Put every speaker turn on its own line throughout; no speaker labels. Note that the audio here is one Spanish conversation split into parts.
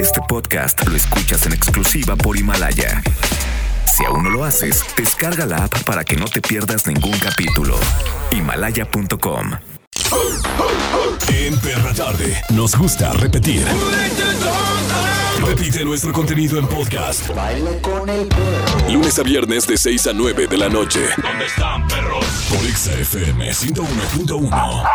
Este podcast lo escuchas en exclusiva por Himalaya. Si aún no lo haces, descarga la app para que no te pierdas ningún capítulo. Himalaya.com.
En Perra Tarde nos gusta repetir. Repite nuestro contenido en podcast. Lunes a viernes de 6 a 9 de la noche. ¿Dónde están, perros? Por Exa FM 101.1.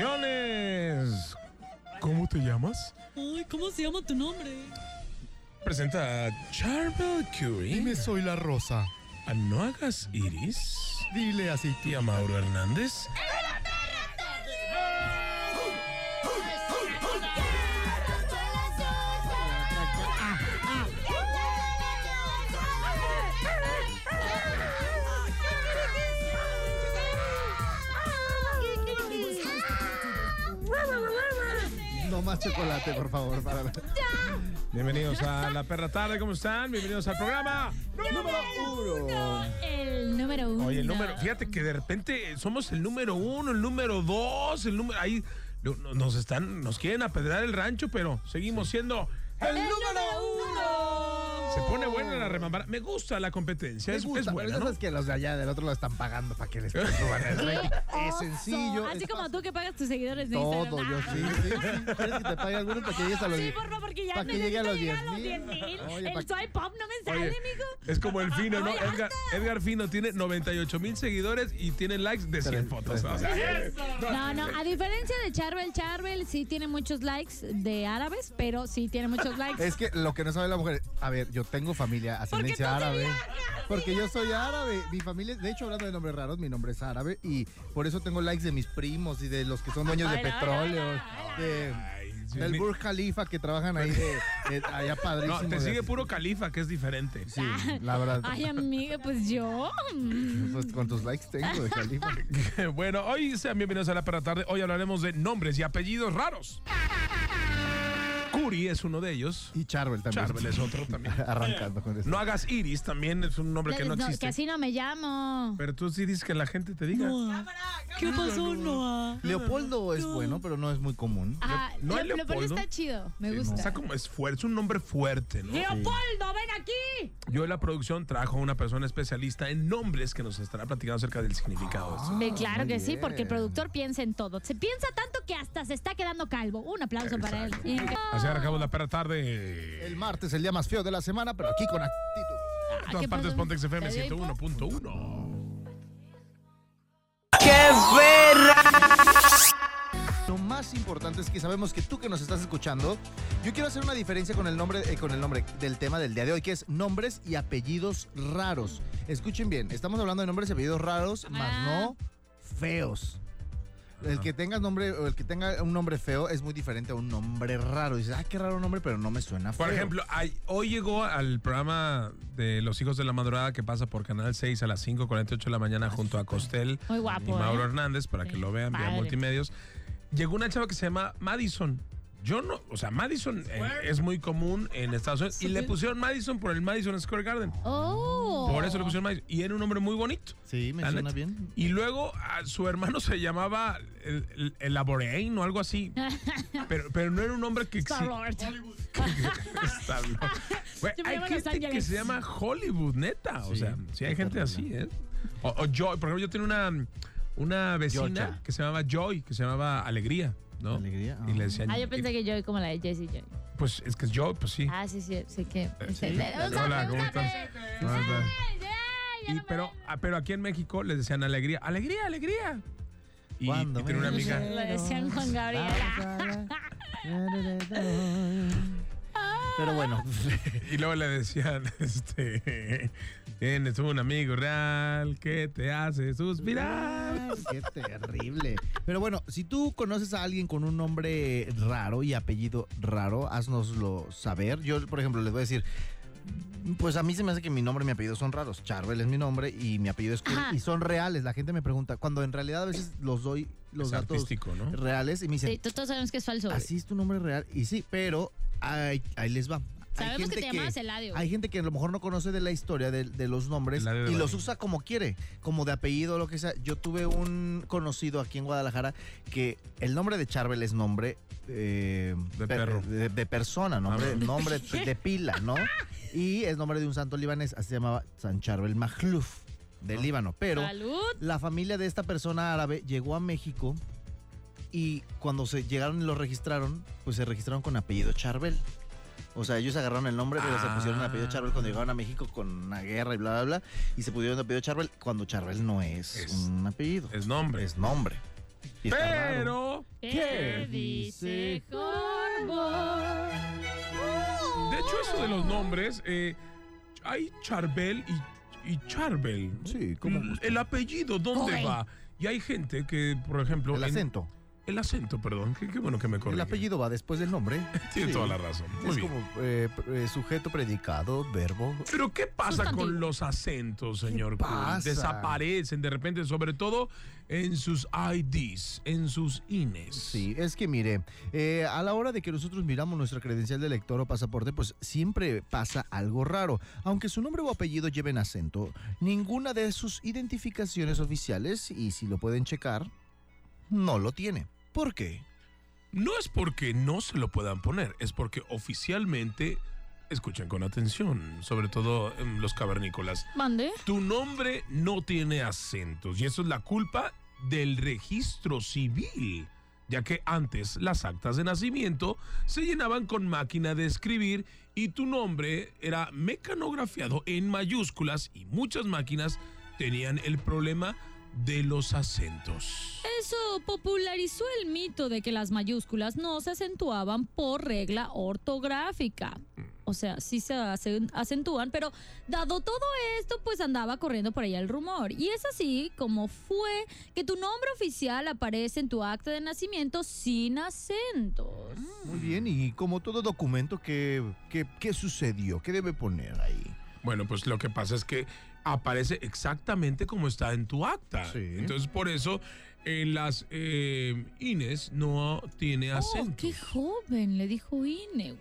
Producciones. ¿Cómo te llamas?
Ay, ¿cómo se llama tu nombre?
Presenta a Charbel Curie,
Dime soy la rosa.
a No Hagas Iris
Dile así tú.
y a Mauro Hernández.
No más chocolate, por favor. Para la-
Bienvenidos a La Perra Tarde, ¿cómo están? Bienvenidos al programa número uno.
El número uno.
Oye, el número, fíjate que de repente somos el número uno, el número dos, el número. Ahí no- no- nos están, nos quieren apedrear el rancho, pero seguimos siendo el número uno. Se pone buena la remambara. Me gusta la competencia,
Me
es,
gusta,
es buena,
pero
¿no?
sabes que los de allá del otro lado están pagando para que les suban el rating. Es sencillo.
Así
es
como
fácil.
tú que pagas tus seguidores de
Todo,
Instagram.
yo
Ah.
sí, sí, sí. ¿Quieres que te pague alguno para que llegues a los
Sí, porfa, porque ya
para que llegue a los 10 mil. Oye,
El
para-
soy pop no me sale,
Oye,
mijo.
es como el fino, ¿no?
Ay, basta.
Edgar, Edgar Fino tiene 98 mil seguidores y tiene likes de 100
Tres,
fotos.
tres,
o sea,
No, no, a diferencia de Charbel, Charbel sí tiene muchos likes de árabes, pero sí tiene muchos likes.
Es que lo que no sabe la mujer, a ver, yo tengo familia ascendencia
tú sí
árabe.
viajas,
Porque yo soy árabe. Mi familia, de hecho, hablando de nombres raros, mi nombre es árabe y por eso tengo likes de mis primos y de los que son dueños de
Ay, ay,
petróleo,
ay, ay,
de-
ay, Dios
del
mío.
Burj Khalifa que trabajan ahí de, de- allá padrísimo.
no, te
de
sigue
así.
puro califa, que es diferente.
Sí, la verdad.
Ah. Ay, amiga, pues yo. mm,
Pues con tus likes tengo de Khalifa.
bueno, hoy sean bienvenidos a la para tarde. Hoy hablaremos de nombres y apellidos raros. Curi es uno de ellos.
Y Charbel también.
Charbel es otro también.
Arrancando con eso.
No hagas iris, también es un nombre que no
no, que
existe.
así no me llamo.
Pero tú sí dices que la gente te diga.
¿Qué pasó, Noah?
Leopoldo es bueno, pero no es muy común.
Ah,
¿No hay
Leo- Leopoldo
Leopoldo?
está chido, me
O sea,
gusta.
como es fuerte, es un nombre fuerte, ¿no?
¡Leopoldo, ven aquí!
Yo en la producción trajo a una persona especialista en nombres que nos estará platicando acerca del significado de esto.
Ve, claro
Ah, muy
que sí, porque el
bien.
productor piensa en todo. Se piensa tanto que hasta se está quedando calvo. Un aplauso para él.
Así arrancamos la perra tarde.
El martes, el día más feo de la semana, pero aquí con actitud.
En todas
Ah, ¿qué
partes
pasó?
Pontex FM
¿Te dio
101.1.
Lo más importante es que sabemos que tú que nos estás escuchando, yo quiero hacer una diferencia con el nombre, eh, con el nombre del tema del día de hoy, que es nombres y apellidos raros. Escuchen bien, estamos hablando de nombres y apellidos raros,
Ah.
más no feos. El que tenga nombre, o el que tenga un nombre feo es muy diferente a un nombre raro. Dices, ay, qué raro nombre, pero no me suena feo.
Por ejemplo, ay- hoy llegó al programa de Los Hijos de la Madrugada que pasa por Canal 6 a las 5.48 de la mañana junto a Costel
Muy
y
guapo.
Mauro
¿eh?
Hernández para que
Sí,
lo vean vía
padre.
multimedios. Llegó una chava que se llama Madison. Yo no, o sea, Madison eh, es muy común en Estados Unidos y le pusieron Madison por el Madison Square Garden.
Oh.
Por eso le pusieron Madison. Y era un hombre muy bonito.
Sí, me
La
suena
neta.
bien.
Y luego a su hermano se llamaba el, el- el Laborein o algo así. Pero, pero no era un hombre que
Star
exi-
Lord.
Star Lord. Güey,
Yo me
hay
llamo Los
gente que
Ángeles.
se llama Hollywood, neta. o
Sí,
sea, sí hay
es
gente
terrible.
así, ¿eh? O, o Joy, por ejemplo, yo tenía una, una vecina
Yocha.
que se llamaba Joy, que se llamaba Alegría, ¿no?
Alegría,
Y
ah.
le decían.
Ah, yo pensé que yo como la de Jesse Joy.
Pues es que es Joy, pues sí. Eh,
Ah, sí, sí, sé que. este,
sí. Hola, ¿cómo estás? ¿Cómo estás? ah. Y- pero, ah, pero aquí en México les decían alegría, alegría, alegría. Y, y
Cuando
tiene una
me
amiga.
Le decían Juan Gabriel.
Pero bueno,
Y luego le decían, este, tienes un amigo real que te hace suspirar.
Ay, qué terrible. Pero bueno, si tú conoces a alguien con un nombre raro y apellido raro, haznoslo saber. Yo, por ejemplo, les voy a decir, pues a mí se me hace que mi nombre y mi apellido son raros. Charbel es mi nombre y mi apellido es Curry,
Ajá.
y son reales. La gente me pregunta cuando en realidad a veces los doy los
es
datos
artístico, ¿no?
reales y me dicen,
Sí, todos sabemos que es falso. güey.
así es tu nombre real. Y sí, pero ahí, ahí les va.
Sabemos que te llamabas Eladio.
Hay gente que a lo mejor no conoce de la historia de, de los nombres
Eladio de
y los
Badín.
usa como quiere, como de apellido lo que sea. Yo tuve un conocido aquí en Guadalajara que el nombre de Charbel es nombre eh,
De
per-
perro. Ah,
de, de persona, nombre,
bueno.
nombre de pila, ¿no? Y es nombre de un santo libanés, así se llamaba San Charbel Mahluf, de
Ah.
Líbano. Pero
Salud.
la familia de esta persona árabe llegó a México y cuando se llegaron y lo registraron, pues se registraron con apellido Charbel. O sea, ellos agarraron el nombre, pero
Ah.
se pusieron el apellido Charbel cuando llegaron a México con una guerra y bla, bla, bla. Y se pusieron el apellido Charbel cuando Charbel no es,
Es-
un apellido, es,
Es nombre.
nombre. Y está
Pero.
raro.
¿Qué dice Corvo?
De hecho, eso de los nombres, eh, hay Charbel y, y Charbel.
Sí, como
L- El apellido, ¿dónde
Joven.
va? Y hay gente que, por ejemplo.
El
en-
acento.
el acento, perdón. Qué, qué bueno que me corriges.
El apellido va después del nombre.
Tiene
Sí.
toda la razón. Muy
Es
bien.
como eh, pr- eh, sujeto, predicado, verbo.
Pero ¿qué pasa
Sustantivo.
con los acentos, señor? Cool?
pasa?
Desaparecen de repente, sobre todo en sus IDs, en sus INES.
Sí, es que mire, eh, a la hora de que nosotros miramos nuestra credencial de lector o pasaporte, pues siempre pasa algo raro. Aunque su nombre o apellido lleven acento, ninguna de sus identificaciones oficiales, y si lo pueden checar, no lo tiene. ¿Por qué?
No es porque no se lo puedan poner, es porque oficialmente, escuchen con atención, sobre todo em, los cavernícolas,
Mande.
tu nombre no tiene acentos y eso es la culpa del registro civil, ya que antes las actas de nacimiento se llenaban con máquina de escribir y tu nombre era mecanografiado en mayúsculas y muchas máquinas tenían el problema de los acentos.
Eso popularizó el mito de que las mayúsculas no se acentuaban por regla ortográfica. O sea, sí se acen- acentúan, pero dado todo esto, pues andaba corriendo por allá el rumor. Y es así como fue que tu nombre oficial aparece en tu acta de nacimiento sin acentos.
Muy bien, y como todo documento, ¿qué, qué, qué sucedió? ¿Qué debe poner ahí?
Bueno, pues lo que pasa es que aparece exactamente como está en tu acta.
Sí.
Entonces, por eso eh, las eh, Ines no tiene
Oh,
acento.
qué joven, le dijo Ine.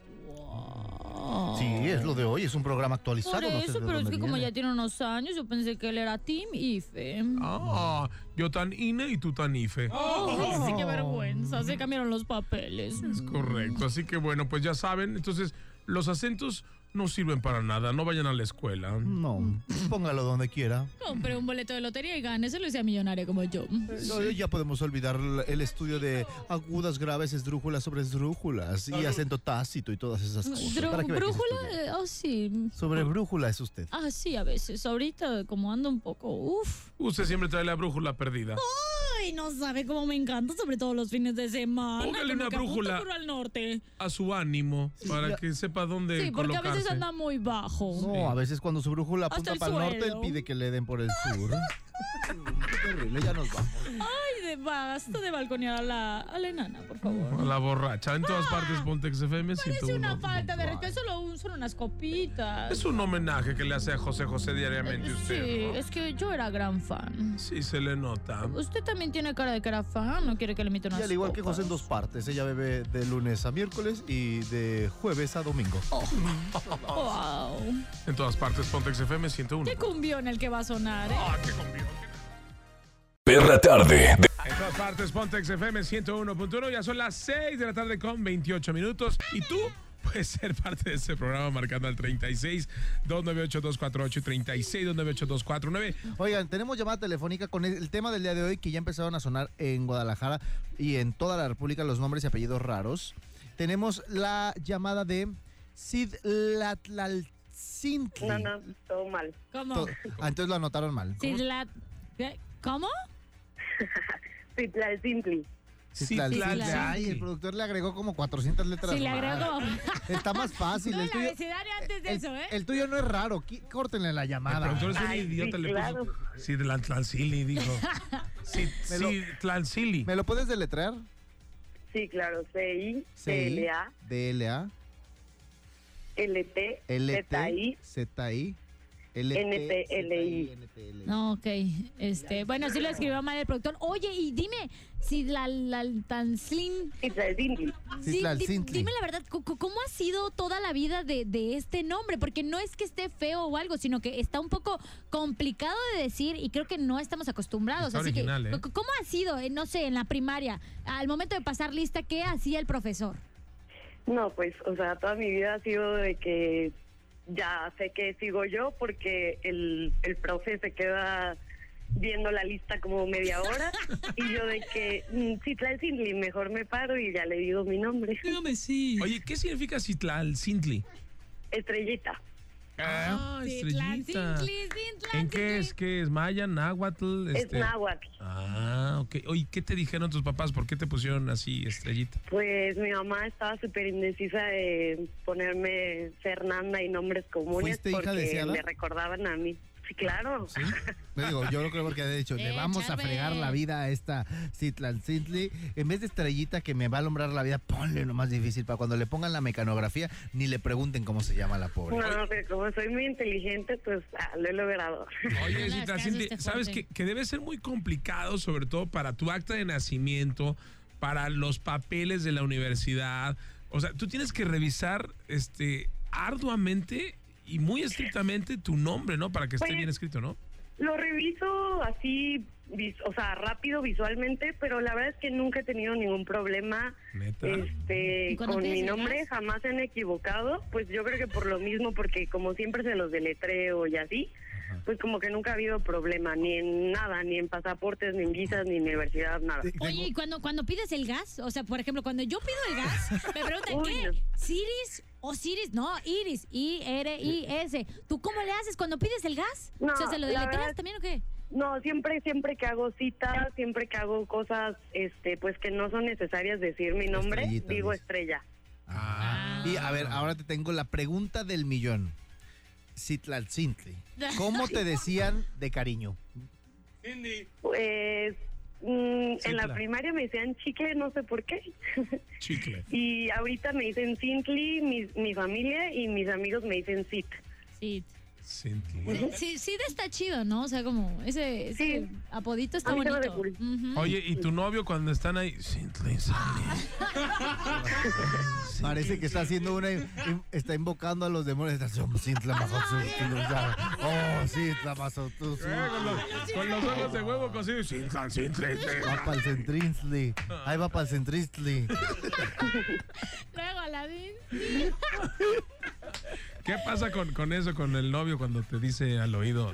Wow.
Sí, es lo de hoy, es un programa actualizado.
Por
no sé
eso,
de
pero es
dónde
que como
viene.
ya tiene unos años, yo pensé que él era Tim Ife.
Ah, yo tan Ine y tú tan Ife.
Oh, sí, qué vergüenza. Se cambiaron los papeles.
Es correcto. Así que bueno, pues ya saben. Entonces, los acentos no sirven para nada. No vayan a la escuela.
Mm.
No, póngalo donde quiera.
Compré un boleto de lotería y gané, se lo hice a millonaria como yo.
Eh, Ya podemos olvidar l- el estudio de agudas, graves, esdrújulas sobre esdrújulas y acento tácito y todas esas cosas.
Dru-
¿Para qué va a
Pues, ¿Brújula?
estudiar?
eh, Oh, sí.
Sobre brújula es usted.
Ah, sí, a veces. Ahorita, como ando un poco, uff.
Usted siempre trae la brújula perdida.
Ah. Ay, no sabe cómo me encanta, sobre todo los fines de semana.
Póngale
con
una
lo que apunta
brújula.
puro al norte.
A su ánimo, para
ya.
que sepa dónde
Sí, porque a
colocarse.
veces anda muy bajo.
No, a veces cuando su brújula
Hasta
apunta
el
para el norte, él
suelo. Ah.
pide que le den por el sur. Qué terrible, ya nos vamos.
Ay, de, basta de balconear a la, a la enana, por favor.
A la borracha. En todas partes, Pontex FM
Ah. Parece una
101.
falta de respeto, solo un- son unas copitas.
Es un homenaje que le hace a José José diariamente
Sí,
usted. ¿no?
es que yo era gran fan.
Sí, se le nota.
Usted también tiene cara de que era fan, no quiere que le meta
Y
unas
al igual que
copas?
José en dos partes, ella bebe de lunes a miércoles y de jueves a domingo.
Wow.
En todas partes, Pontex FM 101.
Qué cumbión el que va a sonar, ¿eh?
Ah, qué convivo.
Perra tarde. De-
En todas partes, Pontex FM 101.1. Ya son las 6 de la tarde con 28 minutos. Y tú puedes ser parte de este programa marcando al 36 298 248 36 298 249.
Oigan, tenemos llamada telefónica con el el tema del día de hoy que ya empezaron a sonar en Guadalajara y en toda la República los nombres y apellidos raros. Tenemos la llamada de Sid Latlalcintli.
No, no, todo mal.
¿Cómo?
To- Ah, entonces lo anotaron mal.
Sí, la- ¿Qué? ¿Cómo?
Simpli.
Citlalcintli.
Citlalcintli.
Ay, el productor le agregó como 400 letras.
Si le
más.
agrego.
Está más fácil.
No,
el,
el
tuyo,
abecedario antes de
el-
eso, ¿eh?
el tuyo no es raro. Qui- Córtenle la
El
llamada.
productor es un
Ay, sí,
idiota. Le
claro.
puso. Sí, Tlancili, dijo. Sí,
Me lo-
sí, Tlancili.
¿Me lo puedes deletrear?
Sí, claro. C-I-L-A,
D-L-A.
L-T,
L-T.
Z-I.
Z-I.
NTLI.
NTLI.
No, ok. Este, bueno, sí lo escribió mal el productor. Oye, y dime, Citlal-Tanzlin.
Citlali.
Di- di-
Citlal-Cintli.
dime la verdad, cu- cu- ¿cómo ha sido toda la vida de, de este nombre? Porque no es que esté feo o algo, sino que está un poco complicado de decir y creo que no estamos acostumbrados.
Está
así
original,
que,
¿eh?
cu- ¿cómo ha sido, eh, no sé, en la primaria, al momento de pasar lista, qué hacía el profesor?
No, pues, o sea, toda mi vida ha sido de que ya sé que sigo yo porque el, el profe se queda viendo la lista como media hora y yo de que mm, Citlal Sindli, mejor me paro y ya le digo mi nombre.
Dígame sí.
Oye, ¿qué significa Citlal Cintli?
Estrellita.
Ah, estrellita. ¿En qué es? ¿Qué es? ¿Maya, náhuatl?
Es
Este...
náhuatl.
Ah, ok. Oye, ¿qué te dijeron tus papás? ¿Por qué te pusieron así, estrellita?
Pues mi mamá estaba súper indecisa de ponerme Fernanda y nombres comunes
¿Fuiste hija
porque
deseada?
me recordaban a mí. Sí, claro.
¿Sí? Le digo, yo lo creo porque ha dicho, le
Eh,
vamos
Charbel.
a fregar la vida a esta Citlan Cintli. En vez de estrellita que me va a alumbrar la vida, ponle lo más difícil para cuando le pongan la mecanografía, ni le pregunten cómo se llama la pobre.
No, pero como soy muy inteligente, pues ah, lo he logrado.
No
Oye,
le
Citlal
hagas caso a
Cintli,
este
sabes
fuerte.
que, que debe ser muy complicado, sobre todo para tu acta de nacimiento, para los papeles de la universidad. O sea, tú tienes que revisar este, arduamente y muy estrictamente tu nombre, ¿no? Para que esté
Pues-
bien escrito, ¿no?
Lo reviso así, vis- o sea, rápido visualmente, pero la verdad es que nunca he tenido ningún problema
Neta.
este
¿Y cuando
con
pides
mi
el
nombre,
gas?
jamás se han equivocado, pues yo creo que por lo mismo, porque como siempre se los deletreo y así, pues como que nunca ha habido problema, ni en nada, ni en pasaportes, ni en visas, ni en universidad, nada.
Te- tengo-
Oye, ¿y cuando, cuando pides el gas? O sea, por ejemplo, cuando yo pido el gas, me preguntan,
Uy,
¿qué?
no.
¿Siris o Siris? No, Iris, I-R-I-S. ¿Tú cómo le haces cuando pides el gas?
No,
o sea, ¿se lo
la
deletreas
verdad-
también o qué?
No, siempre, siempre que hago citas, siempre que hago cosas, este, pues que no son necesarias decir mi nombre,
Estrellita,
digo
dice.
estrella.
Ah. Y a ver, ahora te tengo la pregunta del millón. Citlan Cintli, ¿cómo te decían de cariño?
Pues mm,
Sí,
en la
claro.
primaria me decían chicle, no sé por qué.
Chicle.
Y ahorita me dicen Cintli, mi, mi familia y mis amigos me dicen Cit.
Sí.
Pues
Cintli.
Sí, sí está chido, ¿no? O sea, como ese, ese
Sí.
apodito está
A mí se me
bonito.
ocurrió.
Ujú.
Oye, ¿y tu novio cuando están ahí? Cintli, Cintli.
Parece que está haciendo una. Está invocando a los demonios. Está haciendo "Oh, Cintla Mazatlán, o sea, Oh, Cintla
Con
Mazatlán.
los, con los ojos de huevo cocido. Cintlan, Cintli.
Va para el centristli. Ahí va para el centristli.
Luego, Aladín.
¿Qué pasa con, con eso, con el novio cuando te dice al oído?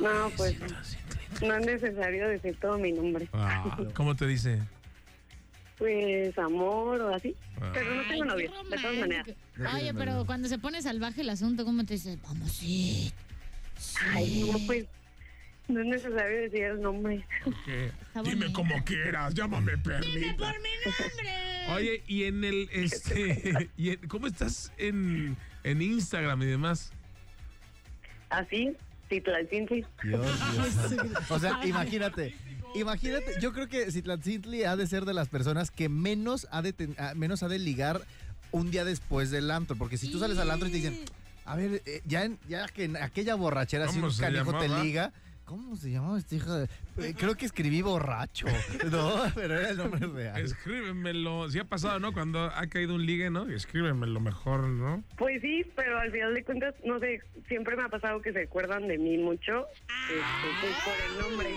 No, pues no es necesario decir todo mi nombre.
Ah, ¿Cómo te dice?
Pues amor o así.
Ah.
Pero no tengo novio, de todas maneras.
Oye, pero cuando se pone salvaje el asunto, ¿cómo te dices? Vamos, sí.
Ay, no, pues no es necesario decir el nombre.
¿Qué?
Está
Dime
bonito.
como quieras, llámame
Dime
permita.
por mi nombre.
Oye, y en el este y en- ¿cómo estás en, en Instagram y demás?
Así, Citlal Cintli.
Dios, Dios santo. O sea, imagínate. Imagínate, yo creo que Citlancintli ha de ser de las personas que menos ha de, ten- ah, menos ha de ligar un día después del antro. Porque si tú sales al antro y te dicen, a ver, eh, ya, en- ya que en aquella borrachera si
¿Cómo
un
se
canijo te
llamaba?
liga. ¿Cómo se llamaba este hijo de.? Eh, Creo que escribí borracho. No, pero era el nombre real.
Escríbemelo. Si ha pasado, ¿no? Cuando ha caído un ligue, ¿no? Escríbemelo mejor, ¿no?
Pues sí, pero al final de cuentas, no sé, siempre me ha pasado que se acuerdan de mí mucho este, pues, por el nombre.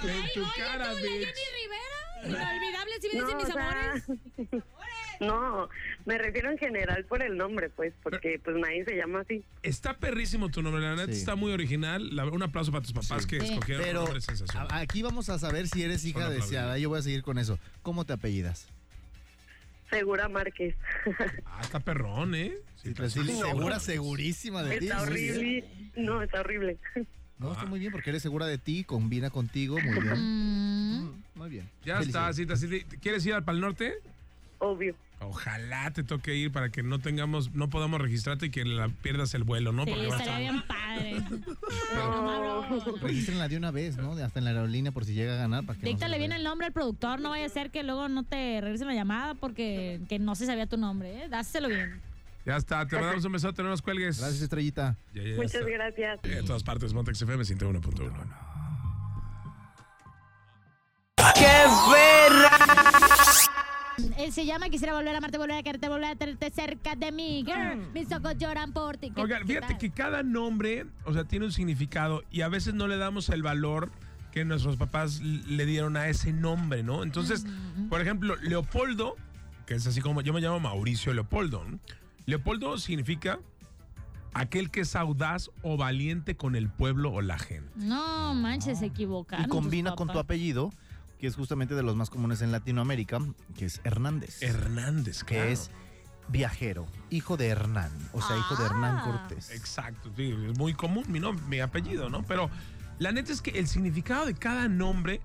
En tu cara,
Jenny
bitch.
Rivera, inolvidable, si me
No,
dicen mis
o sea,
amores.
no, me refiero en general por el nombre, pues, porque pues nadie se llama así.
Está perrísimo tu nombre, la neta
Sí.
está muy original. La- un aplauso para tus papás que
Sí.
escogieron un
Pero
nombre sensacional.
a- aquí vamos a saber si eres hija
Son
deseada.
aplaudibles.
Yo voy a seguir con eso. ¿Cómo te apellidas?
Segura Márquez.
Ah, está perrón, ¿eh? Sí,
Citlancintli,
sí,
segura,
sí.
segurísima de ti.
está
Sí, sí.
horrible. No, está horrible.
No, está
Ah.
muy bien porque eres segura de ti, combina contigo, muy bien.
Mm,
Muy bien.
Ya está,
Felicidades.
cita, cita. ¿Quieres ir al Pal Norte?
Obvio.
Ojalá te toque ir para que no tengamos, no podamos registrarte y que la, pierdas el vuelo, ¿no?
sí,
Porque vas a-
estaría bien padre.
No.
No, no, no.
Regístrenla de una vez, ¿no? De- Hasta en la aerolínea por si llega a ganar. Para que no
Díctale
se
bien
vea.
el nombre al productor, no vaya a ser que luego no te regresen la llamada porque que no se sabía tu nombre, ¿eh? Dáselo bien.
Ya está, te mandamos un besote, no nos cuelgues.
Gracias, estrellita.
Ya, ya, ya
Muchas
está.
gracias.
En todas partes, Montex FM 101.1.
¡Qué
canción Eh, se llama Quisiera volver a amarte, volver a quererte, volver a tenerte cerca de mí. Girl,
Mm.
mis ojos lloran por ti. ¿Qué-
Oigan,
qué
fíjate
tal?
que cada nombre, o sea, tiene un significado y a veces no le damos el valor que nuestros papás l- le dieron a ese nombre, ¿no? Entonces, por ejemplo, Leopoldo, que es así como yo me llamo Mauricio Leopoldo, ¿no? Leopoldo significa aquel que es audaz o valiente con el pueblo o la gente.
No manches, se equivocaron.
Ah. Y
tus
combina con tu
papás.
apellido, que es justamente de los más comunes en Latinoamérica, que es Hernández.
Hernández,
que
claro.
es viajero, hijo de Hernán, o sea, hijo de
Ah.
Hernán Cortés.
Exacto, sí, es muy común mi, nom- mi apellido, ¿no? Pero la neta es que el significado de cada nombre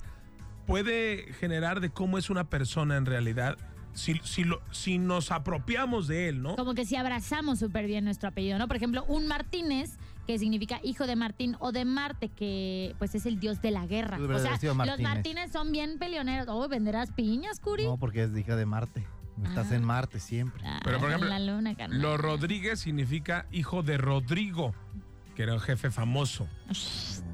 puede generar de cómo es una persona en realidad si, si, lo- si nos apropiamos de él, ¿no?
Como que si abrazamos súper bien nuestro apellido, ¿no? Por ejemplo, un Martínez, que significa hijo de Martín o de Marte, que pues es el dios de la guerra.
Tú hubieras
O sea,
sido
los
Martínez.
Martínez son bien peleoneros. Oh, ¿venderás piñas, Curi?
No, porque es de hija de Marte. Estás
Ah.
en Marte siempre.
Ah,
Pero, por ejemplo,
la luna, carnal.
Lo Rodríguez significa hijo de Rodrigo, que era un jefe famoso.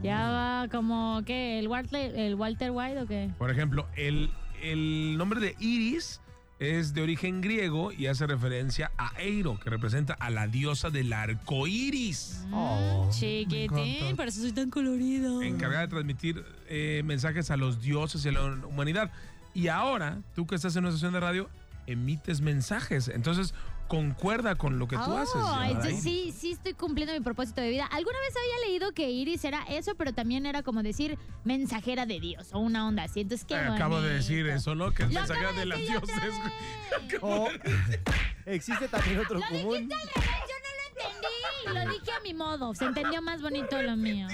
Ya va como, ¿qué? ¿El Walter, el Walter White o qué?
Por ejemplo, el, el nombre de Iris es de origen griego y hace referencia a Eiro, que representa a la diosa del arco iris.
Mm,
Oh, me
Chiquitín,
encanta.
por eso soy tan colorido.
encargada de transmitir eh, mensajes a los dioses y a la humanidad. Y ahora, tú que estás en una estación de radio, emites mensajes. Entonces, concuerda con lo que tú
Oh,
haces. Diana.
entonces sí, sí estoy cumpliendo mi propósito de vida. Alguna vez había leído que Iris era eso, pero también era como decir mensajera de Dios o una onda así. Entonces, qué
Eh, acabo de
bonito.
decir eso, ¿no? Que es
Lo
mensajera
acabo
de
de
las
decir otra
dioses.
vez.
O- Oh. existe también otro
Lo
común.
dijiste al revés, yo no lo entendí. Lo dije a mi modo. Se entendió más bonito lo mío.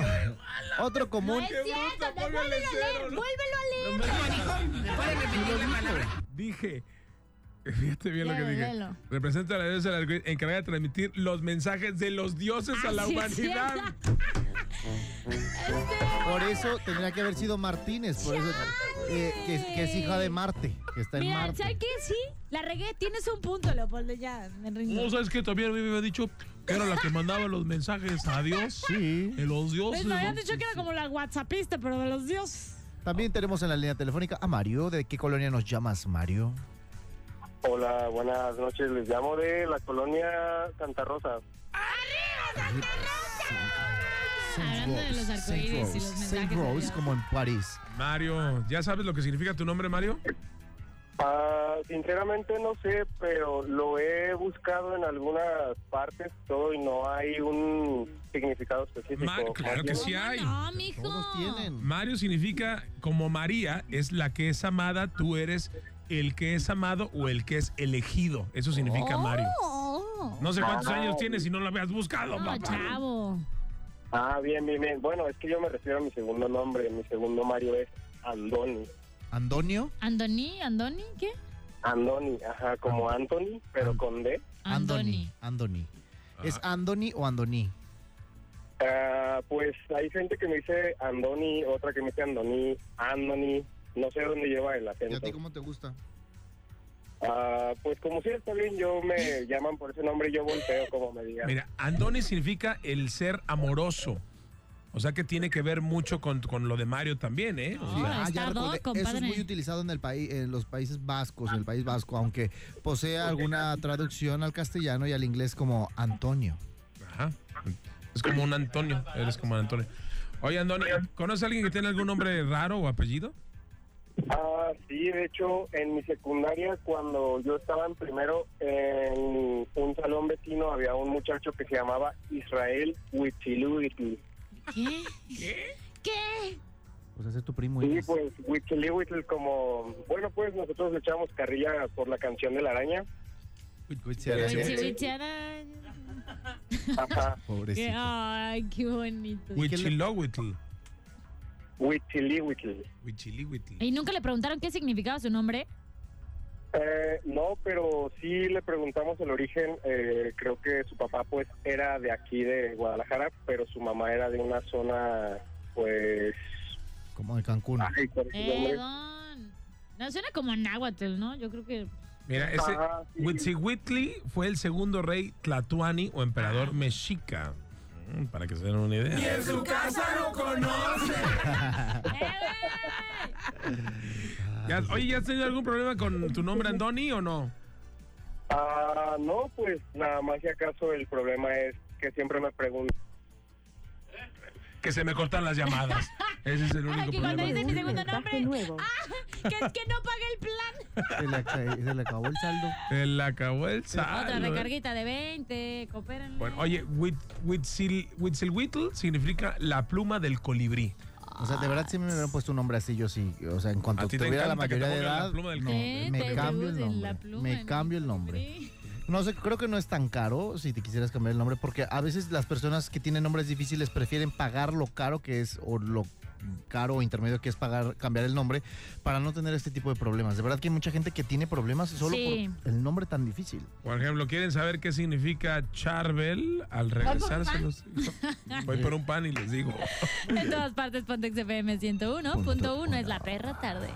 Otro
No
común.
es cierto, no,
bruto,
vuélvelo a
póngale cero,
leer,
¿no?
vuélvelo a leer.
Dije. Fíjate bien lo que
Léelo,
dije.
Oh. léelo.
Representa a la diosa del arco iris, encargada de transmitir los mensajes de los dioses a la
Así es
humanidad.
cierto.
Por eso tendría que haber sido Martínez. Por eso, eh, que, es- que es hija de Marte. Que está en
Mira,
Marte.
¿sabes qué? Sí, la regué. Tienes un punto, Leopoldo. Ya, me rindo.
¿No sabes que también a mí me había dicho que era la que mandaba los mensajes a Dios?
Sí.
A los dioses.
Pues me habían
¿no?
dicho que era como la WhatsAppista, pero de los dioses.
También tenemos en la línea telefónica a Mario. ¿De qué colonia nos llamas, Mario?
Hola, buenas noches. Les llamo de la colonia Santa Rosa.
Hablando de los arcoíris y los mensajes
Saint
de
Rose,
Dios.
como en París.
Mario, ¿ya sabes lo que significa tu nombre, Mario?
Ah, sinceramente no sé, pero lo he buscado en algunas partes todo y no hay un significado específico.
Ma- claro que sí
Más
hay.
No, mijo.
Todos tienen.
Mario significa como María es la que es amada, tú eres el que es amado o el que es elegido. Eso significa Mario.
Oh.
No sé cuántos
Ah.
años tienes si no lo habías buscado,
No,
papá.
chavo.
bien. Ah, bien, bien, bien. Bueno, es que yo me refiero a mi segundo nombre. Mi segundo Mario es Andoni.
Antonio.
¿Andoni? ¿Andoni? ¿Qué?
Andoni, ajá, como Anthony, pero con D.
Andoni. Andoni. ¿Es Andoni o Andoni?
Ah, pues hay gente que me dice Andoni, otra que me dice Andoni, Andoni. No sé dónde lleva el acento.
cómo te gusta?
Ah, pues como si está bien, yo me llaman por ese nombre, yo volteo como me digan.
Mira, Andoni significa el ser amoroso. O sea que tiene que ver mucho con, con lo de Mario también, ¿eh? O
Sí.
sea,
está
ya recordé.
doco,
Eso es
padre.
muy utilizado en el país, en los países vascos, en el país vasco, aunque posee alguna traducción al castellano y al inglés como Antonio.
ajá. Es como un Antonio. Eres como Antonio. Oye, Andoni, ¿conoces a alguien que tiene algún nombre raro o apellido?
Ah, sí, de hecho, en mi secundaria, cuando yo estaba en primero, en un salón vecino había un muchacho que se llamaba Israel Huitziluitl.
¿Qué? ¿Qué?
Pues ese es tu primo.
Sí,
Inés.
pues Huitziluitl como... Bueno, pues nosotros le echamos carrilla por la canción de la araña.
Huitzi,
Sí.
huitzi, arán.
Ajá,
Qué-
Pobrecito.
Ah.
Ay, qué bonito.
Huichilohuitl.
Huitziluitl.
Huichilihuitl.
¿Y nunca le preguntaron qué significaba su nombre?
Eh, no, pero sí le preguntamos el origen. eh, creo que su papá, pues, era de aquí de Guadalajara, pero su mamá era de una zona, pues.
Como de Cancún.
ay, ¿cuál es su
Eh,
nombre?
don. No, suena como a náhuatl, ¿no? Yo creo que...
Mira, ese
Ah, sí.
Huitzihuitli fue el segundo rey Tlatuani o
Ah.
emperador mexica. Mm, Para que se den una idea.
Eh, ah,
Ya- oye, ¿ya has tenido algún problema con tu nombre Andoni o no?
Ah, no, pues nada más si acaso el problema es que siempre me preguntan.
Que se me cortan las llamadas. Ese es el único
que cuando
problema.
dices mi segundo nombre,
nuevo.
ah,
que es que no paga el plan.
Se le, aca- se le acabó el saldo.
Se le acabó el
Otra
saldo. eh.
recarguita de 20, coopérenme.
Bueno, oye, Huit- Huitzil- Huitzilopochtli significa la pluma del colibrí.
O sea, de verdad sí me hubieran puesto un nombre así, yo sí. O sea, en
¿A
cuanto
ti te
tuviera la
encanta que te
mayoría de
pongan la
edad,
pluma del
no,
colibrí?
me
Te- te
cambio el
usen
nombre.
la pluma,
me
¿no?
cambio el nombre. No sé, creo que no es tan caro si te quisieras cambiar el nombre, porque a veces las personas que tienen nombres difíciles prefieren pagar lo caro que es o lo caro o intermedio que es pagar cambiar el nombre para no tener este tipo de problemas. De verdad que hay mucha gente que tiene problemas solo
Sí.
por el nombre tan difícil.
Por ejemplo, ¿quieren saber qué significa Charbel? Al regresar se los digo. Voy por un pan y les digo.
En todas partes, Pontex FM 101.1 es la perra tarde.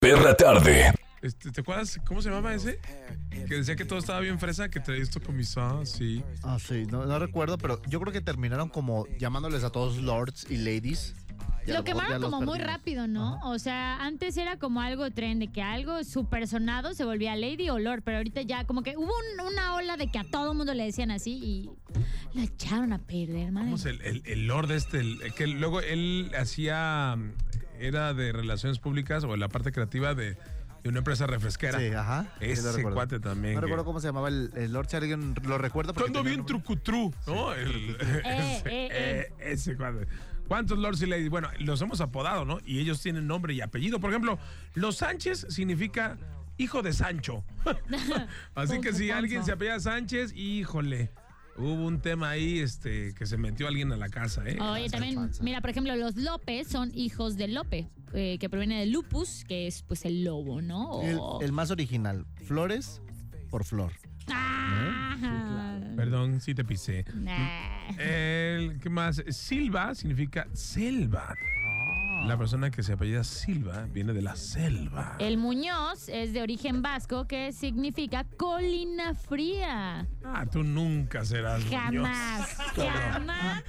Perra tarde.
Este, ¿Te acuerdas cómo se llamaba ese? Que decía que todo estaba bien fresa, que traía esto con mis ah, sí.
Ah, sí, no, no recuerdo, pero yo creo que terminaron como llamándoles a todos lords y ladies. Y a
Lo
mejor ya
quemaron
los
como muy
perdimos.
rápido, ¿no? O sea, antes era como algo tren de que algo súper sonado se volvía Lady o Lord, pero ahorita ya como que hubo un- una ola de que a todo mundo le decían así y la echaron a perder, madre.
¿Cómo es el, el, el lord este? El- que luego él hacía. mm, Era de relaciones públicas o de la parte creativa de, de una empresa refresquera.
Sí, ajá. sí lo
Ese
recuerdo.
cuate también.
No
que-
recuerdo cómo se llamaba el, el Lord Charligan, lo recuerdo. porque
Ando
tenía
bien
nombre.
trucutru, ¿no? El-
eh,
ese,
eh.
eh, ese cuadro. ¿Cuántos lords y ladies? Bueno, los hemos apodado, ¿no? Y ellos tienen nombre y apellido. Por ejemplo, los Sánchez significa hijo de Sancho. Así
Con
que
su
si
panza.
alguien se apellida Sánchez, híjole, hubo un tema ahí este, que se metió alguien a la casa, ¿eh?
Oye, también, mira, por ejemplo, los López son hijos de Lope, eh, que proviene de lupus, que es pues el lobo, ¿no? O-
El, ¿Eh? el más original, Flores por Flor.
Ah,
Perdón si te pisé.
nah.
El, ¿Qué más? Silva significa selva.
Ah.
La persona que se apellida Silva viene de la selva.
El Muñoz es de origen vasco, que significa colina fría.
Ah, tú nunca serás
Jamás,
Muñoz.
jamás.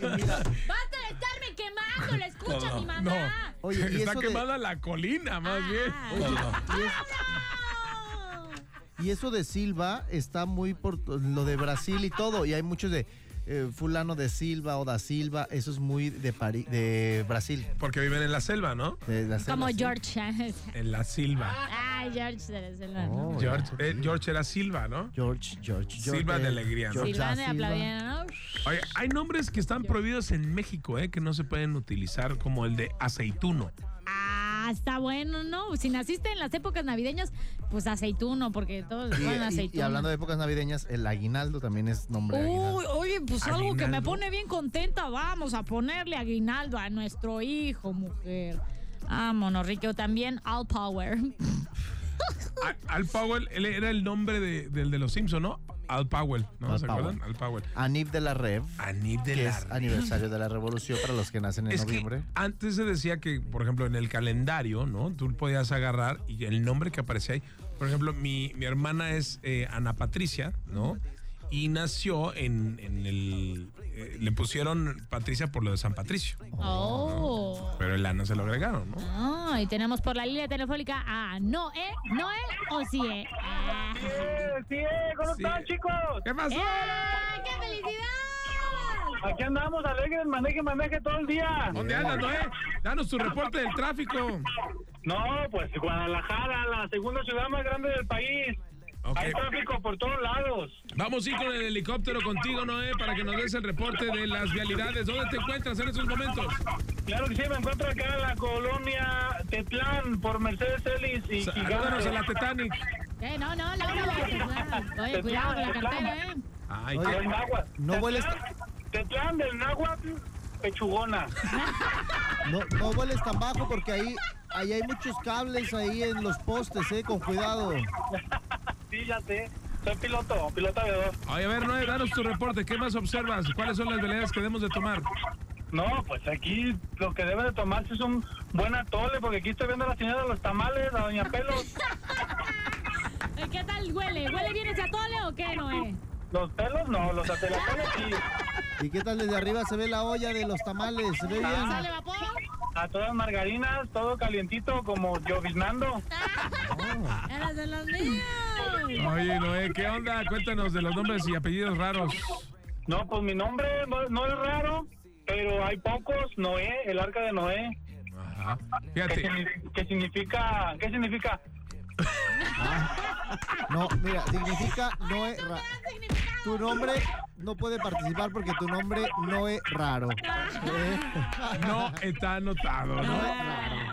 ¡Basta de estarme quemando! ¡La escucha mi
No.
mamá!
Oye, y
Está
eso de-
quemada la colina, más bien.
Y eso de Silva está muy por lo de Brasil y todo. Y hay muchos de eh, fulano de Silva o da Silva. Eso es muy de, Pari- de Brasil.
Porque viven en la selva, ¿no?
de la selva,
Como
sí.
George.
En la
Ah.
silva.
Ay, George de la selva, ¿no?
Oh,
George, eh, George era silva, ¿no?
George, George, George.
Silva de
eh,
alegría, ¿no?
George da
Silvana de
Silva.
Aplaviano, ¿no?
Oye, hay nombres que están prohibidos en México, ¿eh? Que no se pueden utilizar, como el de aceituno.
Ah, está bueno, ¿no? Si naciste en las épocas navideñas, pues aceituno, porque todos le
Y-
ponen
Y, y
aceituno.
hablando de épocas navideñas, el aguinaldo también es nombre. de aguinaldo.
Uy, oye, pues algo que me
Aguinaldo.
pone bien contenta. Vamos a ponerle aguinaldo a nuestro hijo, mujer. Vámonos, Rico, también All Power.
A- Al Powell, él era el nombre de- del de los Simpson, ¿no? Al Powell, ¿no?
Al
¿Se
Powell.
acuerdan? Al Powell.
Anib de la Rev,
Anid de
que
la
es aniversario de la revolución para los que nacen en
Es que
noviembre.
antes se decía que, por ejemplo, en el calendario, ¿no? Tú podías agarrar y el nombre que aparecía ahí. Por ejemplo, mi, mi hermana es eh, Ana Patricia, ¿no? Y nació en, en el... eh, le pusieron Patricia por lo de San Patricio.
Oh.
Pero el Ana se lo agregaron, ¿no?
Ah, y tenemos por la línea telefónica a Noé, Noé o Cie. Ah.
Sí, ¿cómo
Sí.
están, chicos?
¿Qué pasó?
¡Eh, ¡Qué felicidad!
Aquí andamos alegres, maneje, maneje todo el día.
¿Dónde andas, Noé? Danos tu reporte del tráfico.
No, pues Guadalajara, la segunda ciudad más grande del país.
Ok.
Hay tráfico por todos lados.
Vamos a ir con el helicóptero contigo, Noé, para que nos des el reporte de las vialidades. ¿Dónde te encuentras en estos momentos?
Claro que sí, me encuentro acá en la colonia Tetlán por Mercedes Ellis y
Salúdanos a la
Gigante.
Titanic.
Eh, no, no, no, no, no. Oye, cuidado con la cartera, ¿eh?
Ay,
Oye,
qué...
Del náhuatl.
No
Tetlán-
hueles-
Tetlán del náhuatl, pechugona.
No, no vueles tan bajo porque ahí, ahí hay muchos cables ahí en los postes, eh, con cuidado.
Sí, ya sé. Soy piloto, piloto aviador.
Oye, a ver, Noé, danos tu reporte. ¿Qué más observas? ¿Cuáles son las veledas que debemos de tomar?
No, pues aquí lo que debe de tomarse es un buen atole, porque aquí estoy viendo a la señora de los tamales, a Doña Pelos.
Ay, ¿Qué tal huele? ¿Huele bien ese atole o qué, Noé?
Los pelos no, los atelapelos sí.
¿Y qué tal desde arriba se ve la olla de los tamales? ¿Se ve bien?
¿Sale vapor?
A todas margarinas, todo calientito como lloviznando.
Eras de los míos.
Oye, Noé, ¿qué onda? Cuéntanos de los nombres y apellidos raros.
No, pues mi nombre no, no es raro, pero hay pocos. Noé, el arca de Noé.
Ajá.
¿Qué,
Ah, Fíjate.
signi- qué significa? ¿Qué significa?
No, mira, significa no es raro. Tu nombre no puede participar porque tu nombre no es raro.
No está anotado, ¿no?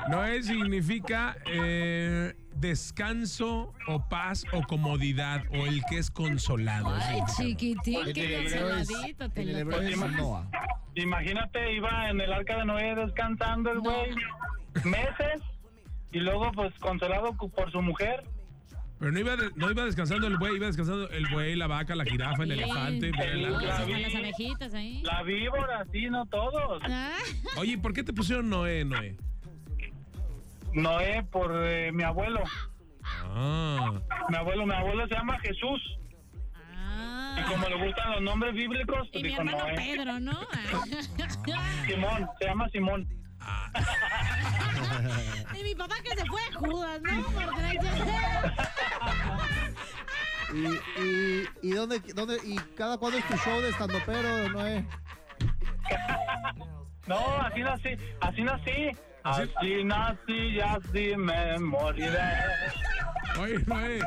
Noé significa eh, descanso o paz o comodidad o el que es consolado.
Ay, chiquitín,
En el
qué
hebreo es-
canceladito te
en el
lo
hebreo es
tomas.
Noah.
Imagínate, iba en el arca de Noé descansando el güey meses y luego pues consolado cu- por su mujer.
Pero no iba, de- no iba descansando el buey, iba descansando el buey, la vaca, la jirafa,
Sí.
el elefante. mira, el
Oye,
arca.
con las abejitas ahí.
La víbora, sí, no todos.
Ah,
Oye, ¿por qué te pusieron Noé, Noé?
Noé por eh, mi abuelo.
Ah,
Mi abuelo, mi abuelo se llama Jesús. Y
ah.
como le gustan los nombres bíblicos,
Y
pues
mi
dijo
hermano
eh".
Noé.
Pedro, ¿no? Ah.
Simón, se llama Simón.
Y mi papá que se fue a Judas, ¿no? Por traicionero.
¿Y, y, y dónde, dónde, y cada cuándo es tu show de estando pero, Noé?
No, así nací, así nací.
¿Así?
Así nací y así me moriré.
oye, Noé,